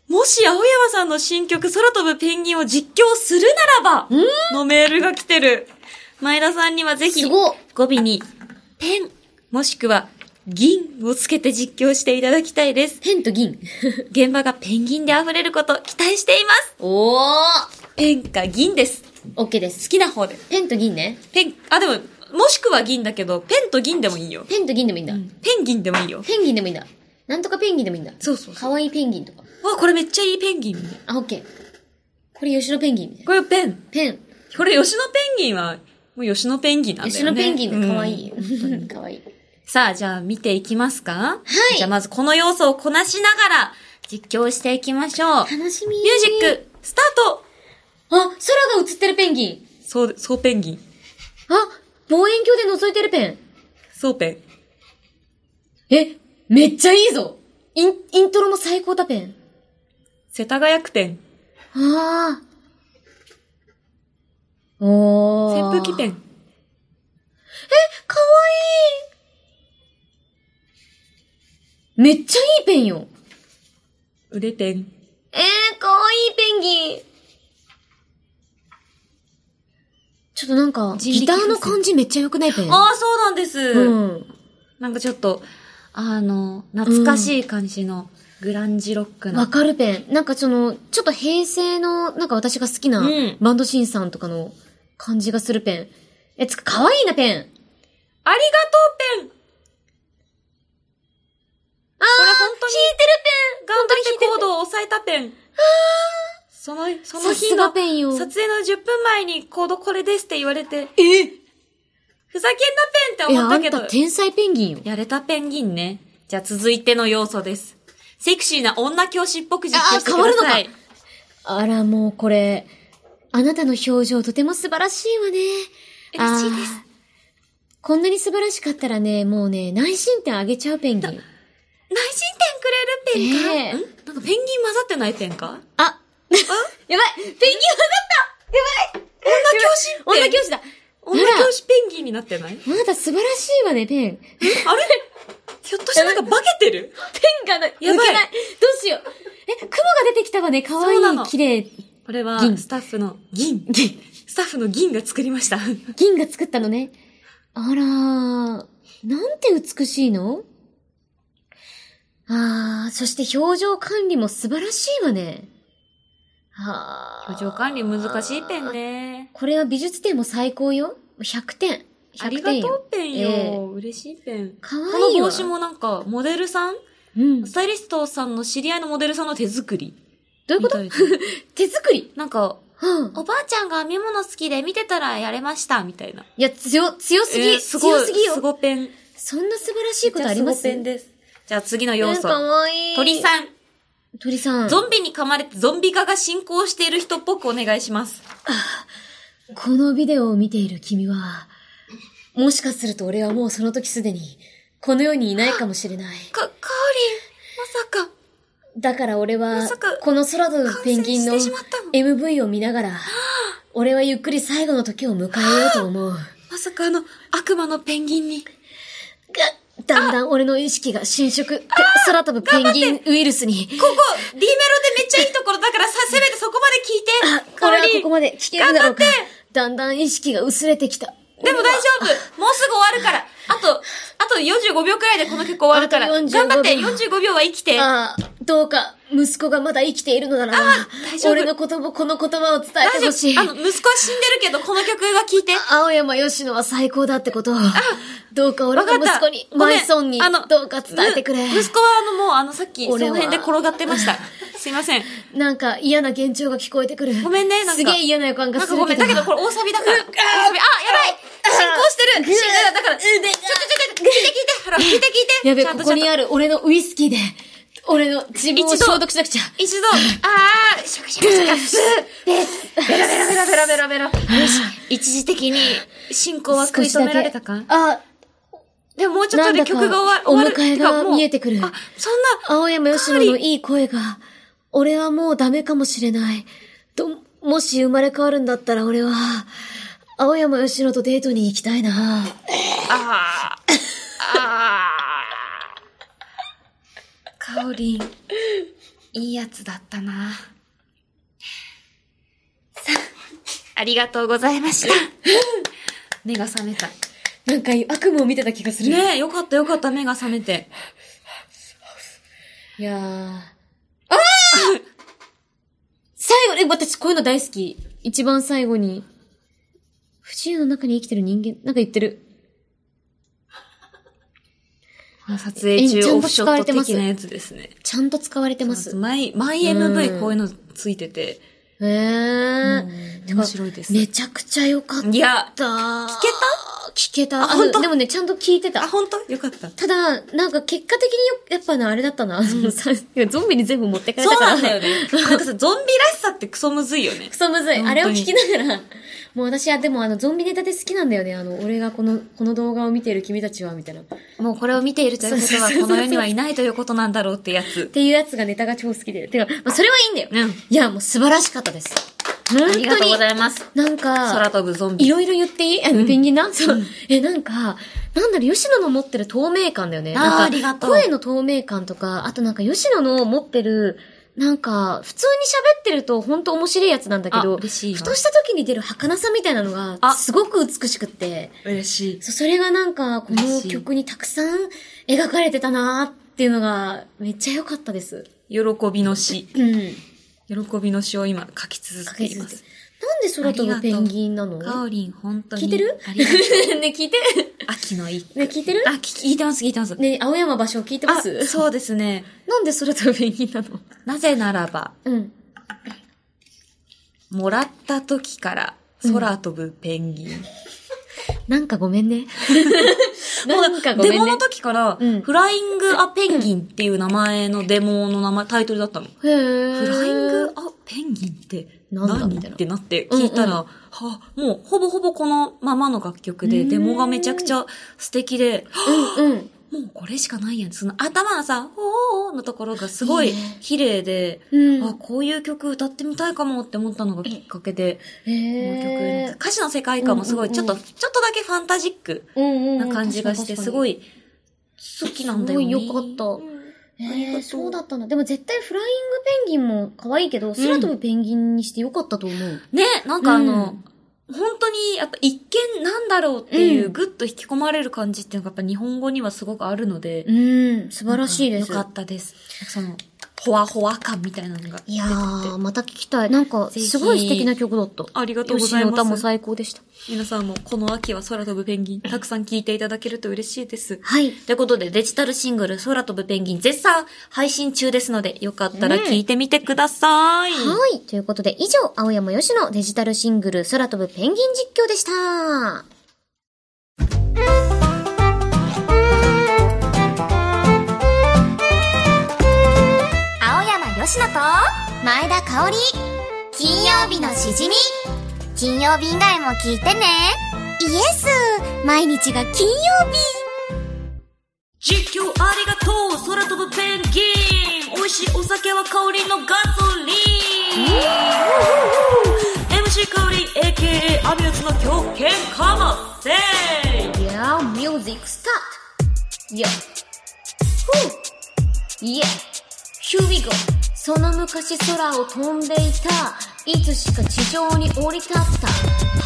S2: もし青山さんの新曲空飛ぶペンギンを実況するならばのメールが来てる。前田さんにはぜひ、
S3: す
S2: 語
S3: ごっ
S2: 尾に、ペン、もしくは、銀をつけて実況していただきたいです。
S3: ペンと銀。
S2: 現場がペンギンで溢れること期待しています。
S3: おー
S2: ペンか銀です。
S3: オッケーで
S2: 好
S3: す。
S2: きな方で。
S3: ペンと銀ね。
S2: ペン、あ、でも、もしくは銀だけど、ペンと銀でもいいよ。
S3: ペンと銀でもいいんだ。
S2: ペンギンでもいいよ。
S3: ペンギンでもいいんだ。なんとかペンギンでもいいんだ。
S2: そうそう
S3: かわいいペンギンとか。
S2: わ、これめっちゃいいペンギンみたいな。
S3: あ、オッケー。これ吉野ペンギンみたいな。
S2: これペン。
S3: ペン。
S2: これ吉野ペンギンは、もう吉野ペンギンなんだ
S3: 吉
S2: よね。
S3: 野ペンギンのかわいい
S2: うん本当に。。
S3: かわいい。
S2: さあ、じゃあ見ていきますかはいじゃあまずこの要素をこなしながら実況していきましょう。ミュー
S3: 楽しみ。
S2: ジック、スタート
S3: あ、空が映ってるペンギン。
S2: そう、そうペンギン。
S3: あ、望遠鏡で覗いてるペン。
S2: そうペン。
S3: え、めっちゃいいぞイン、イントロも最高だペン。
S2: 世田谷区店。
S3: ああ。お
S2: 扇
S3: ー。
S2: 風機ペ
S3: ン。
S2: ン。
S3: かわいいめっちゃいいペンよ。
S2: 腕ペン。
S3: えー、かわいいペンギン。ちょっとなんか、
S2: 人力
S3: ギターの感じめっちゃ良くないペン。
S2: ああ、そうなんです。
S3: うん。
S2: なんかちょっと、あの、懐かしい感じのグランジロック
S3: わ
S2: な。
S3: かるペン。なんかその、ちょっと平成の、なんか私が好きな
S2: うん、
S3: バンドシーンさんとかの感じがするペン。え、つか、かわいいなペン。
S2: ありがとうペン
S3: あー、
S2: これ本当に。
S3: 弾いてるペン
S2: 頑張ってコードを押さえたペン。その、その
S3: さ
S2: 日
S3: す
S2: の
S3: が、ペンよ。
S2: 撮影の10分前にコードこれですって言われて、
S3: えい
S2: ふざけんなペンって思
S3: や、あ
S2: っ
S3: ん
S2: たけ
S3: た
S2: ど、
S3: 天才ペンギンよ。
S2: やれたペンギンね。じゃあ続いての要素です。セクシーな女教師っぽく実況してください。
S3: あー変わるのあら、もうこれ、あなたの表情とても素晴らしいわね。
S2: 嬉しい
S3: あー
S2: です。
S3: こんなに素晴らしかったらね、もうね、内申点あげちゃうペンギン。
S2: 内申点くれるペンか、
S3: ね
S2: んなんかペンギン混ざってないペンか
S3: あ、やばいペンギン混ざったやばい
S2: 女教師ペン
S3: 女教師だ
S2: 女
S3: あら
S2: 教師ペンギンになってないん
S3: あなた素晴らしいわね、ペン。ペ
S2: あれひょっとしてなんか化けてる
S3: ンがない。
S2: やばい
S3: 抜けない。どうしよう。え、雲が出てきたわね。かわい
S2: そうなの
S3: い、綺麗。
S2: これは、
S3: 銀
S2: スタッフの銀。スタッフの銀が作りました。
S3: 銀が作ったのね。あらー、なんて美しいのあー、そして表情管理も素晴らしいわね。はー。
S2: 表情管理難しいペン。ね。
S3: これは美術点も最高よ。100点。
S2: あり
S3: 100
S2: が
S3: 点
S2: と
S3: よ
S2: う。ペンよ。
S3: ええ
S2: 嬉しいペン。
S3: かわ
S2: こ
S3: いい
S2: の
S3: わ。
S2: 帽子もなんか、モデルさん
S3: うん。
S2: スタイリストさんの知り合いのモデルさんの手作り。
S3: どういうこ
S2: み
S3: と
S2: たい
S3: 手作り
S2: なんか、
S3: はあ、
S2: おばあちゃんが編み物好きで見てたらやれました、みたいな。
S3: いや、強、強すぎ、
S2: えー
S3: 強すぎよ
S2: すごペン。い
S3: そんな素晴らしいことあります
S2: ペンです。じゃあ次の
S3: え
S2: 要
S3: ー、か
S2: 素。
S3: わいい。
S2: 鳥
S3: ん。
S2: さん。
S3: 鳥さん。
S2: ゾンビに噛まれてゾンビ化が進行している人っぽくお願いします。
S3: このビデオを見ている君は、もしかすると俺はもうその時すでに、この世にいないかもしれない。
S2: か、かおりん、まさか。
S3: だから俺
S2: ま
S3: は
S2: さか、
S3: この空飛ぶペンギンの
S2: 感染してしまったの
S3: MV を見ながら、俺はゆっくり最後の時を迎えようと思う。
S2: まさかあの、悪魔のペンギンに。
S3: がだんだん俺の意識が侵食、空飛ぶペンギンウイルスに、
S2: ここ、D メロでめっちゃいいところだからさ、せめてそこまで聞いて。
S3: あ、これはここまで聞けるだろうか
S2: 頑張って。
S3: だんだん意識が薄れてきた。
S2: でも大丈夫もうすぐ終わるからあと、あと45秒くらいでこの曲終わるから。
S3: あと45
S2: 頑張って45秒は生きて。
S3: ああ、どうか、息子がまだ生きているのなら、
S2: 大丈夫
S3: 俺の言葉、この言葉を伝
S2: 大
S3: えて
S2: 丈
S3: ほしい
S2: 夫。あ。の、息子は死んでるけど、この曲が聴いて。
S3: 青山吉野は最高だってことを、どうか俺
S2: わかっ
S3: の
S2: た。
S3: 息子に、
S2: ごめ
S3: マ
S2: ん
S3: イソンに
S2: あの、
S3: どうか伝えてくれ。
S2: む息子はあのもう、あの、さっき、そ
S3: 俺
S2: の
S3: は
S2: 辺で転がってました。すいません。
S3: なんか嫌な幻聴が聞こえてくる。
S2: ごめんねなんか
S3: すげえ嫌な予感が
S2: なんか
S3: する
S2: ごめん、だけどこれ大サビだから。大サビ。あ、やばい進行してる進行だから、ちょっとちょっと、聞いて聞いてほら、聞いて聞いて
S3: やべえ、
S2: ちゃん
S3: ことこに
S2: ちゃんと
S3: ある俺のウイスキーで、俺の自分を
S2: 一度
S3: 消毒しなくちゃ。
S2: 一度、あー、シャカシャカシャカ、スーベラベラベラベラベラベラ。よし一時的に進行は食い止められたか
S3: あ、
S2: でももうちょっとで曲が終わる。
S3: なんだかお迎えが
S2: 終わるてかもう
S3: 見えてくる
S2: あ、そんな、
S3: 青山吉野のいい声が、俺はもうダメかもしれない。と、もし生まれ変わるんだったら俺は、青山吉野とデートに行きたいな。
S2: あー、あー。かおりん、いいやつだったな。さあ、ありがとうございました。目が覚めた。
S3: なんか悪夢を見てた気がする。
S2: ねえ、よかったよかった、目が覚めて。
S3: いやー。ああ最後ね、私こういうの大好き。一番最後に。不自由の中に生きてる人間、なんか言ってる。
S2: 撮影
S3: えち
S2: 中
S3: ゃ
S2: オ
S3: んと
S2: フシ
S3: 使
S2: ョ
S3: わ
S2: ッ
S3: れ
S2: ト
S3: てます
S2: 的なやつですね。
S3: ちゃんと使われてます。
S2: マイ、マイ MV こういうのついてて、
S3: へえ。てか
S2: 面白いです
S3: めちゃくちゃ良かった。
S2: いや
S3: 聞けた聞けた。
S2: あ
S3: あ
S2: 本当
S3: のでもね、ちゃんと聞いて
S2: あ、
S3: た。
S2: 本当よかった。
S3: ただ、なんか結果的によ、やっぱな、あれだったな。その さゾンビに全部持ってかれ
S2: そ
S3: た
S2: う
S3: から。
S2: なんだよね。なんかさ、ゾンビらしさってクソむずいよね
S3: ク。ソむず
S2: 本
S3: い。
S2: 当に
S3: あれを聞きながら、もう私はでもあの、ゾンビネタで好きなんだよね。あの、俺がこの、この動画を見ている君たちは、みたいな。っ
S2: もうこれを見ているということは、この世にはいないということなんだろうってやつ。
S3: ていうやつがネタが超好きで。てか、まあ、それはいいんだよ。
S2: うん
S3: いや、もう素晴らしかったです。本当
S2: あ
S3: に。
S2: りがとうございます。
S3: なんか、
S2: 空飛ぶゾン
S3: い
S2: ビ。
S3: ろいろ言っていいあの、ペンギンな、そう。え、なんか、なんだろう、吉野の持ってる透明感だよね。
S2: あー
S3: なんか
S2: ありがとう
S3: 声の透明感とか、あとなんか吉野の持ってる、なんか、普通に喋ってると本当面白いやつなんだけ
S2: あ
S3: ど、
S2: 嬉しいわ
S3: ふとした時に出る儚さみたいなのが、
S2: あ
S3: すごく美しくって、
S2: 嬉しい。
S3: そうそれがなんか、こ
S2: 嬉
S3: の
S2: しい
S3: 曲にたくさん描かれてたなーっていうのが、めっちゃ良かったです。
S2: 喜びの詩。
S3: うん。
S2: 喜びの詩を今書き続けてい
S3: なん
S2: ま。
S3: です空飛ぶペンギンなの
S2: かおりん、本当に。
S3: 聞いてる
S2: ありがとう。
S3: ね、聞いて
S2: 秋の一句。
S3: ね、聞いてる
S2: あ、聞き聞いてます、聞いてます。
S3: ね、青山場所聞いてま
S2: あ、
S3: す
S2: そうですね。
S3: なんで空飛ぶペンギンなの
S2: なぜならば、
S3: うん。
S2: もらった時から空飛ぶペンギン。
S3: なんかごめんね。 なんかご
S2: デ
S3: めん
S2: モ
S3: ね
S2: の。時から、
S3: うん
S2: フライング・ア・ペンギンっていう名前のデモの名前、タイトルだったの。
S3: へー
S2: フライング・ア・ペンギンって
S3: なんだ
S2: 何
S3: みたいな
S2: ってなって聞いたら、はもうほぼほぼこのままの楽曲で、
S3: うん
S2: デモがめちゃくちゃ素敵で、
S3: うんうん。
S2: もうこれしかないやん。その頭のさ、おーおーのところがすごい綺麗で、
S3: うん
S2: あ、こういう曲歌ってみたいかもって思ったのがきっかけで、この曲
S3: へ
S2: なんか
S3: ー
S2: 歌詞の世界観もすごい、
S3: うんう
S2: ち
S3: ん
S2: ょ
S3: うん
S2: っと、ちょっとだけファンタジック
S3: うんうん。
S2: な感じがして、すご
S3: い。
S2: い好きなんだよね。
S3: すごい良かった
S2: ありが
S3: へ
S2: と
S3: ー
S2: う
S3: そうだったんだ。でも絶対フライングペンギンも可愛いけど、空飛ぶペンギンにしてよかったと思う。
S2: ね、なんかあ
S3: う
S2: の
S3: ん、
S2: 本当に、やっぱ一見なんだろうっていうう、
S3: ん
S2: ぐっと引き込まれる感じっていうのがやっぱ日本語にはすごくあるので、
S3: うん、素晴らしいです。
S2: よかったです。その、ほわほわ感みたいなのが。
S3: いやー、また聞きたい。なんか、
S2: ぜひ
S3: すごい素敵な曲だった。
S2: ありがとうござい
S3: 吉野
S2: ます
S3: 歌も最高でした。
S2: 皆さんもこの秋は空飛ぶペンギン、たくさん聴いていただけると嬉しいです。
S3: はい。
S2: ということで、デジタルシングル、空飛ぶペンギン、絶賛配信中ですので、よかったら聞いてみてください。
S3: はい。ということで、以上、青山よしのデジタルシングル、空飛ぶペンギン実況でした。
S4: 青山吉野と前田香織金曜日のしじみ金曜日以外も聞いてねイエス毎日が金曜日
S2: 実況ありがとう空飛ぶペンギン美味しいお酒は香りのガソリン MC 香り AKA アミューズの狂犬かませ
S3: いやー、ミュージックスタートいや、ふぅいや、here we go その昔空を飛んでいたいつしか地上に降り立った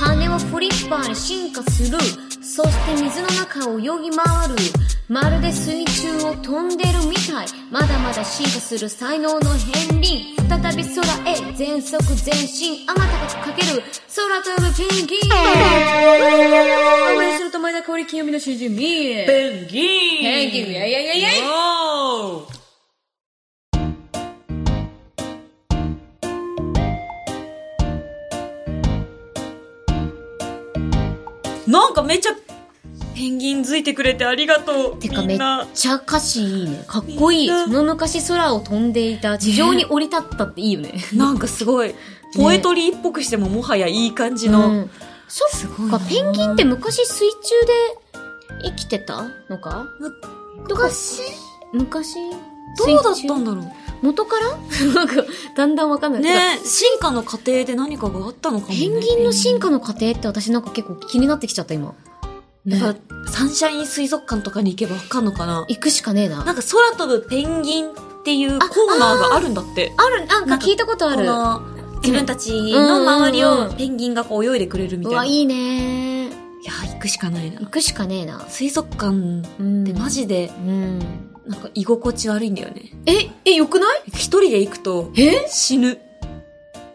S3: 羽はフリッパーに進化するそして水の中を泳ぎ回るまるで水中を飛んでるみたいまだまだ進化する才能の片鱗再び空へ全速前進あまたがかける空飛ぶペンギン応援すると前田香織清美のしじみペン
S5: ペンギン
S3: ペンギンいやいやいやいやい
S5: おーなんかめっちゃペンギンづいてくれてありがとう
S3: てか
S5: み
S3: め
S5: ん
S3: っ
S5: な
S3: ちゃ歌詞いいね。かっこいい。
S5: みんな
S3: その昔空を飛んでいた、地上に降り立ったっていいよね。
S5: なんかすごいポエトリーっぽくしてももはやいい感じの、
S3: うん、そ
S2: すご
S3: っ
S2: い
S3: か
S2: な、
S3: ペンギンって昔水中で生きてたのか
S4: 昔
S3: 昔
S2: どうだったんだろう
S3: 元から なんか、だんだんわかんない。
S5: ねえ
S2: 進化の過程で何かがあったのかも、ね。
S3: ペンギンの進化の過程って私なんか結構気になってきちゃった今。ね
S2: だからサンシャイン水族館とかに行けばわかんのかな。
S3: 行くしかねえな。
S2: なんか空飛ぶペンギンっていうコーナーがあるんだって。
S3: ある、なんか聞いたことあ
S2: こ
S3: る。
S2: の自分たちの周り
S3: うんうんう
S2: を
S3: ん
S2: ペンギンがこう泳いでくれるみ
S3: う
S2: たいな。
S3: わ、
S2: い
S3: いいね
S2: や、行くしかない
S3: 行
S2: な。
S3: くしかねえな。
S2: 水族館
S3: うん。
S2: ってマジで、
S3: うん。
S2: なんか居心地悪いんだよね。
S3: え、え、よくない
S2: 一人で行くと
S3: え
S2: 死ぬ。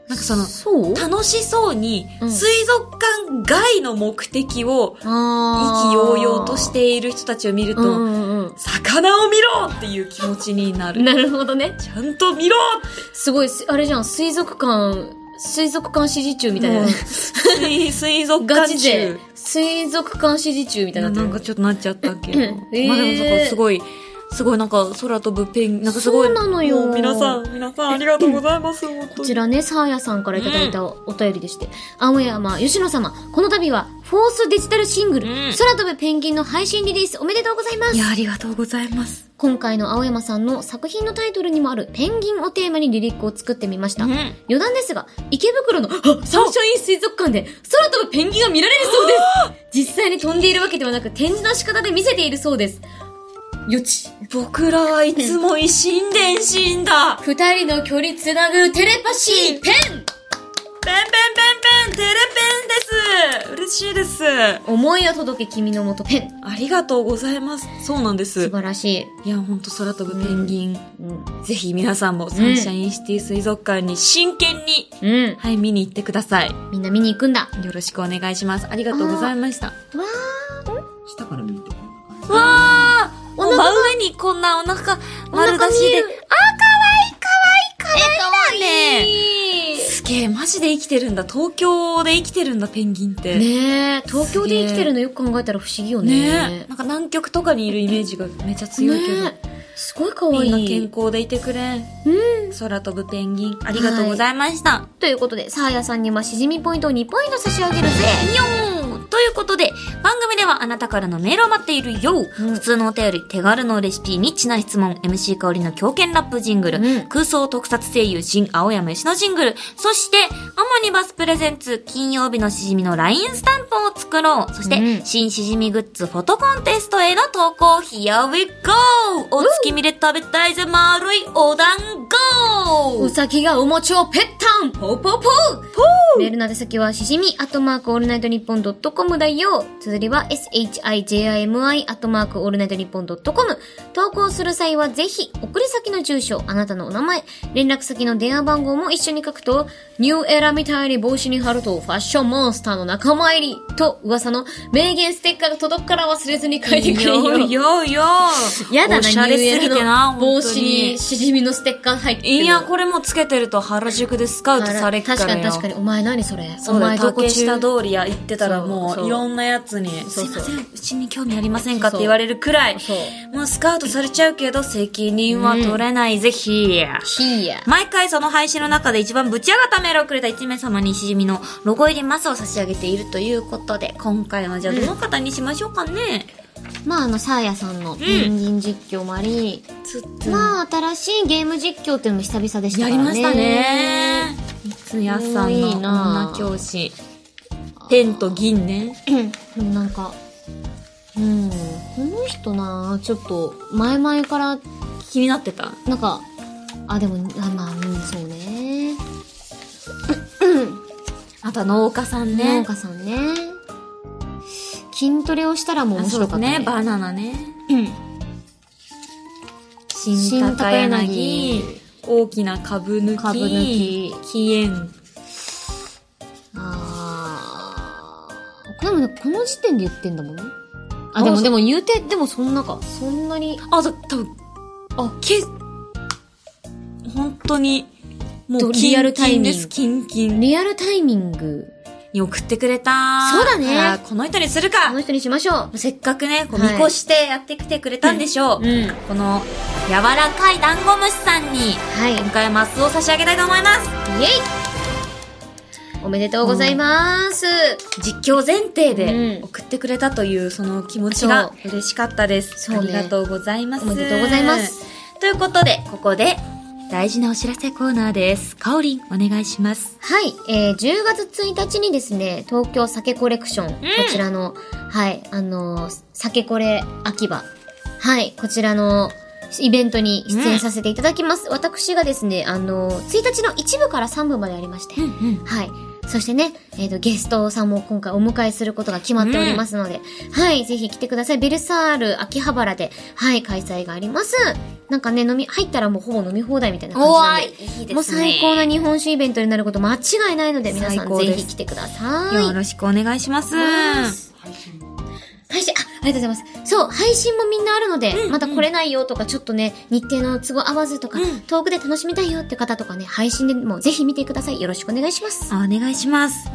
S2: なんかその、
S3: そう
S2: 楽しそうに、
S3: うん
S2: 水族館外の目的を意気揚々とし、
S3: あ
S2: ている人たちを見る
S3: ー
S2: と、
S3: うんうん
S2: 魚を見ろっていう気持ちにな
S3: うん、
S2: る。
S3: なるほどね。
S2: ちゃんと見ろ
S3: すごい、すあれじゃん、水族館、水族館支持中みたいな
S2: もう。水水族
S3: ガ
S2: 館
S3: チ
S2: 中
S3: で。、水族館支持中みたいになって
S2: な
S3: る。
S2: んかちょっとなっちゃったけど。
S3: えー
S2: まあでもなんかすごい、すごいなんか空飛ぶペン、なんかすごい。
S3: そうなのよ
S2: もう皆さん、皆さんありがとうございます。本当
S3: こ
S2: に
S3: ちらね、サーヤさんからいただいたお便りでして、青山吉野様、この度は、フォースデジタルシングル、
S2: うん
S3: 空飛ぶペンギンの配信リリースおめでとうございま
S2: い
S3: す
S2: や、ありがとうございます。
S3: 今回の青山さんの作品のタイトルにもあるペンギンをテーマにリリックを作ってみました。
S2: うん
S3: 余談ですが、池袋のあサンシャイン水族館で空飛ぶペンギンが見られるそうです実際に飛んでいるわけではなく展示の仕方で見せているそうです。予知。
S2: 僕らはいつも維新伝心だ。
S3: 二人の距離つなぐテレパシーペン
S2: ペンペンペンペン、テレペンです。嬉しいです。
S3: 思いを届け君のもとペン。
S2: ありがとうございます。そうなんで
S3: 素
S2: す。
S3: 晴らし
S2: い
S3: い。
S2: や、ほんと空飛ぶペンギン。
S3: うん。
S2: ぜひ皆さんもサンシャインシティ水族館に真剣に、
S3: うん。
S2: はい、見に行ってください。
S3: みんな見に行くんだ。
S2: よろしくお願いします。ありがとうございました。
S6: 下から見ると
S2: わーお真上にこんなお腹丸出しで。あー、かわいいかわいいかわいいだね。すげえ、マジで生きてるんだ。東京で生きてるんだ、ペンギンって。
S3: ねえ、東京で生きてるのよく考えたら不思議よ
S2: ね
S3: ね。
S2: え。なんか南極とかにいるイメージがめちゃ強いけど。
S3: ねえすごい可
S2: みんな
S3: 愛
S2: 健
S3: い。
S2: 康でいてくれ。空飛ぶペンギン、ありがとうございました。
S3: ということで、サーヤさんにはしじみポイントを2ポイント差し上げるぜ。
S2: にょーんということで、番組ではあなたからのメールを待っているよ、普通のお便り、手軽のレシピ、ニッチな質問、MC 香りの狂犬ラップジングル、
S3: うん
S2: 空想特撮声優、新青山吉野ジングル、そして、アモニバスプレゼンツ、金曜日のしじみの LINE スタンプを作ろう。そして、
S3: うん
S2: 新しじみグッズフォトコンテストへの投稿、Here we go! お月見で食べたいぜ、丸いお団子
S3: うさぎがお餅をぺったんぽうぽうぽうメールの宛先はしじみアットマークオールナイトニッポンドットコムだよ綴りは shijimi アットマークオールナイトニッポンドットコム投稿する際はぜひ送り先の住所あなたのお名前連絡先の電話番号も一緒に書くとニューエラみたいに帽子に貼るとファッションモンスターの仲間入りと噂の名言ステッカーが届くから忘れずに書いてくれ
S2: よ
S3: よ
S2: よよ
S3: やだ
S2: お
S3: な、
S2: しゃれすぎてな、
S3: ニューエラの帽
S2: 本当
S3: 子にしじみのステッカー入ってるの
S2: いや、これもつけてると原宿でスカウトされっからよ。
S3: 確かに確かに。お前何それ
S2: そう
S3: お
S2: だ
S3: 前
S2: よ、
S3: どこ
S2: 竹下
S3: 中
S2: 通りや行ってたらも
S3: そう
S2: う
S3: そう
S2: いろんなやつに、す
S3: そう
S2: い
S3: そ
S2: ま
S3: う
S2: せん、うちに興味ありませんかっ
S3: そうそう
S2: て言われるくらい
S3: そう、
S2: もうスカウトされちゃうけど責任は取れないぜ、ひや。
S3: ひいや。
S2: 毎回その配信の中で一番ぶち上がったメールをくれた1名様にしじみのロゴ入りマスを差し上げているということで、今回はじゃあどの方にしましょうかね。
S3: まあ、あの、サーヤさんのペンギン実況もあり、
S2: つっ
S3: まあ、新しいゲーム実況っていうのも久々でし
S2: や
S3: たからね。
S2: りましたね。つやさんの
S3: いいな
S2: 女教師。天と銀ね。
S3: でもなんか、うん、この人な、ちょっと、前々から、
S2: 気になってた。
S3: なんか、あ、でも、あまあ、うん、そうね。
S2: あとは農家さん
S3: 農
S2: ね。
S3: 家さんね。筋トレをしたらもう面白かったね。
S2: そうね、バナナね。新
S3: 新
S2: 高
S3: 高
S2: 柳
S3: 柳、
S2: 大きな株抜き、
S3: 株抜き
S2: 起源。
S3: あー。でもね、この時点で言ってんだもんね。あ、でも
S2: そう
S3: でも言うて、でもそんなか。そんなに。
S2: あ、だ、多分あ、け、本当に、も
S3: ド
S2: う、キ
S3: リアル
S2: ン
S3: タ
S2: キ
S3: イ
S2: ン
S3: ミング
S2: です、キンキン
S3: リアルタイミング。
S2: に送ってくれた。
S3: そうだね
S2: からこの人にする
S3: こ
S2: か
S3: の人にしましょう。
S2: せっかくね、こう見
S3: はい
S2: 越してやってきてくれたんでしょう。
S3: うん。
S2: この、柔らかいダンゴムシさんに、
S3: はい。イ
S2: 今回マスを差し上げたいと思います。
S3: ェイおめでとうございます。
S2: 実況前提で
S3: うん
S2: 送ってくれたというその気持ちが嬉しかったです。
S3: そう
S2: あ
S3: ね
S2: りがとうございます。
S3: おめでとうございます。
S2: ということで、ここで大事なお知らせコーナーです。かおりん、お願いします。
S3: はい、えー、10月1日にですね、東京酒コレクション、こちらの、はい、あのー酒コレ秋葉、はい、こちらのイベントに出演させていただきます。私がですね、あのー1日の1部から3部までありまして、はい。そしてね、えっ、と、ゲストさんも今回お迎えすることが決まっておりますので、はい、ぜひ来てください。ベルサール秋葉原で、はい、開催があります。なんかね、飲み、入ったらもうほぼ飲み放題みたいな感じなんで。
S2: いい
S3: もう最高な日本酒イベントになること間違いないので、皆さ
S2: 最
S3: ん
S2: 高
S3: ぜ
S2: です
S3: ひ来てください。
S2: よろしくお願いします。
S3: 配信、あ、ありがとうございます。そう、配信もみんなあるので、まだ来れないよとか、ちょっとね、日程の都合合わずとか、遠くで楽しみたいよって方とかね、配信でもぜひ見てください。よろしくお願いします。
S2: あお願いします。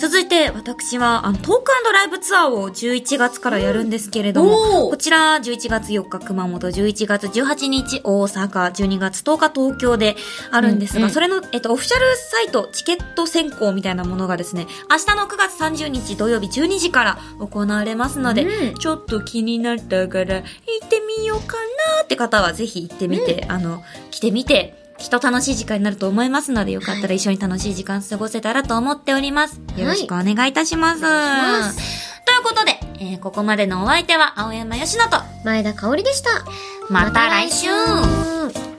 S2: 続いて、私は、あの、トークライブツアーを11月からやるんですけれども、こちら、11月4日熊本、11月18日大阪、12月10日東京であるんですが、それの、えっと、オフィシャルサイト、チケット選考みたいなものがですね、明日の9月30日土曜日12時から行われますので、
S3: うん
S2: ちょっと気になったから、行ってみようかなって方は、ぜひ行ってみて、あの、来てみて、きっと楽しい時間になると思いますので、よかったら一緒に楽しい時間過ごせたらと思っております。
S3: い
S2: よろしくお願いいたします。
S3: 願いしま
S2: ということで、えーここまでのお相手は、青山よしのと、
S3: 前田香織でした。
S2: また来週
S3: また来週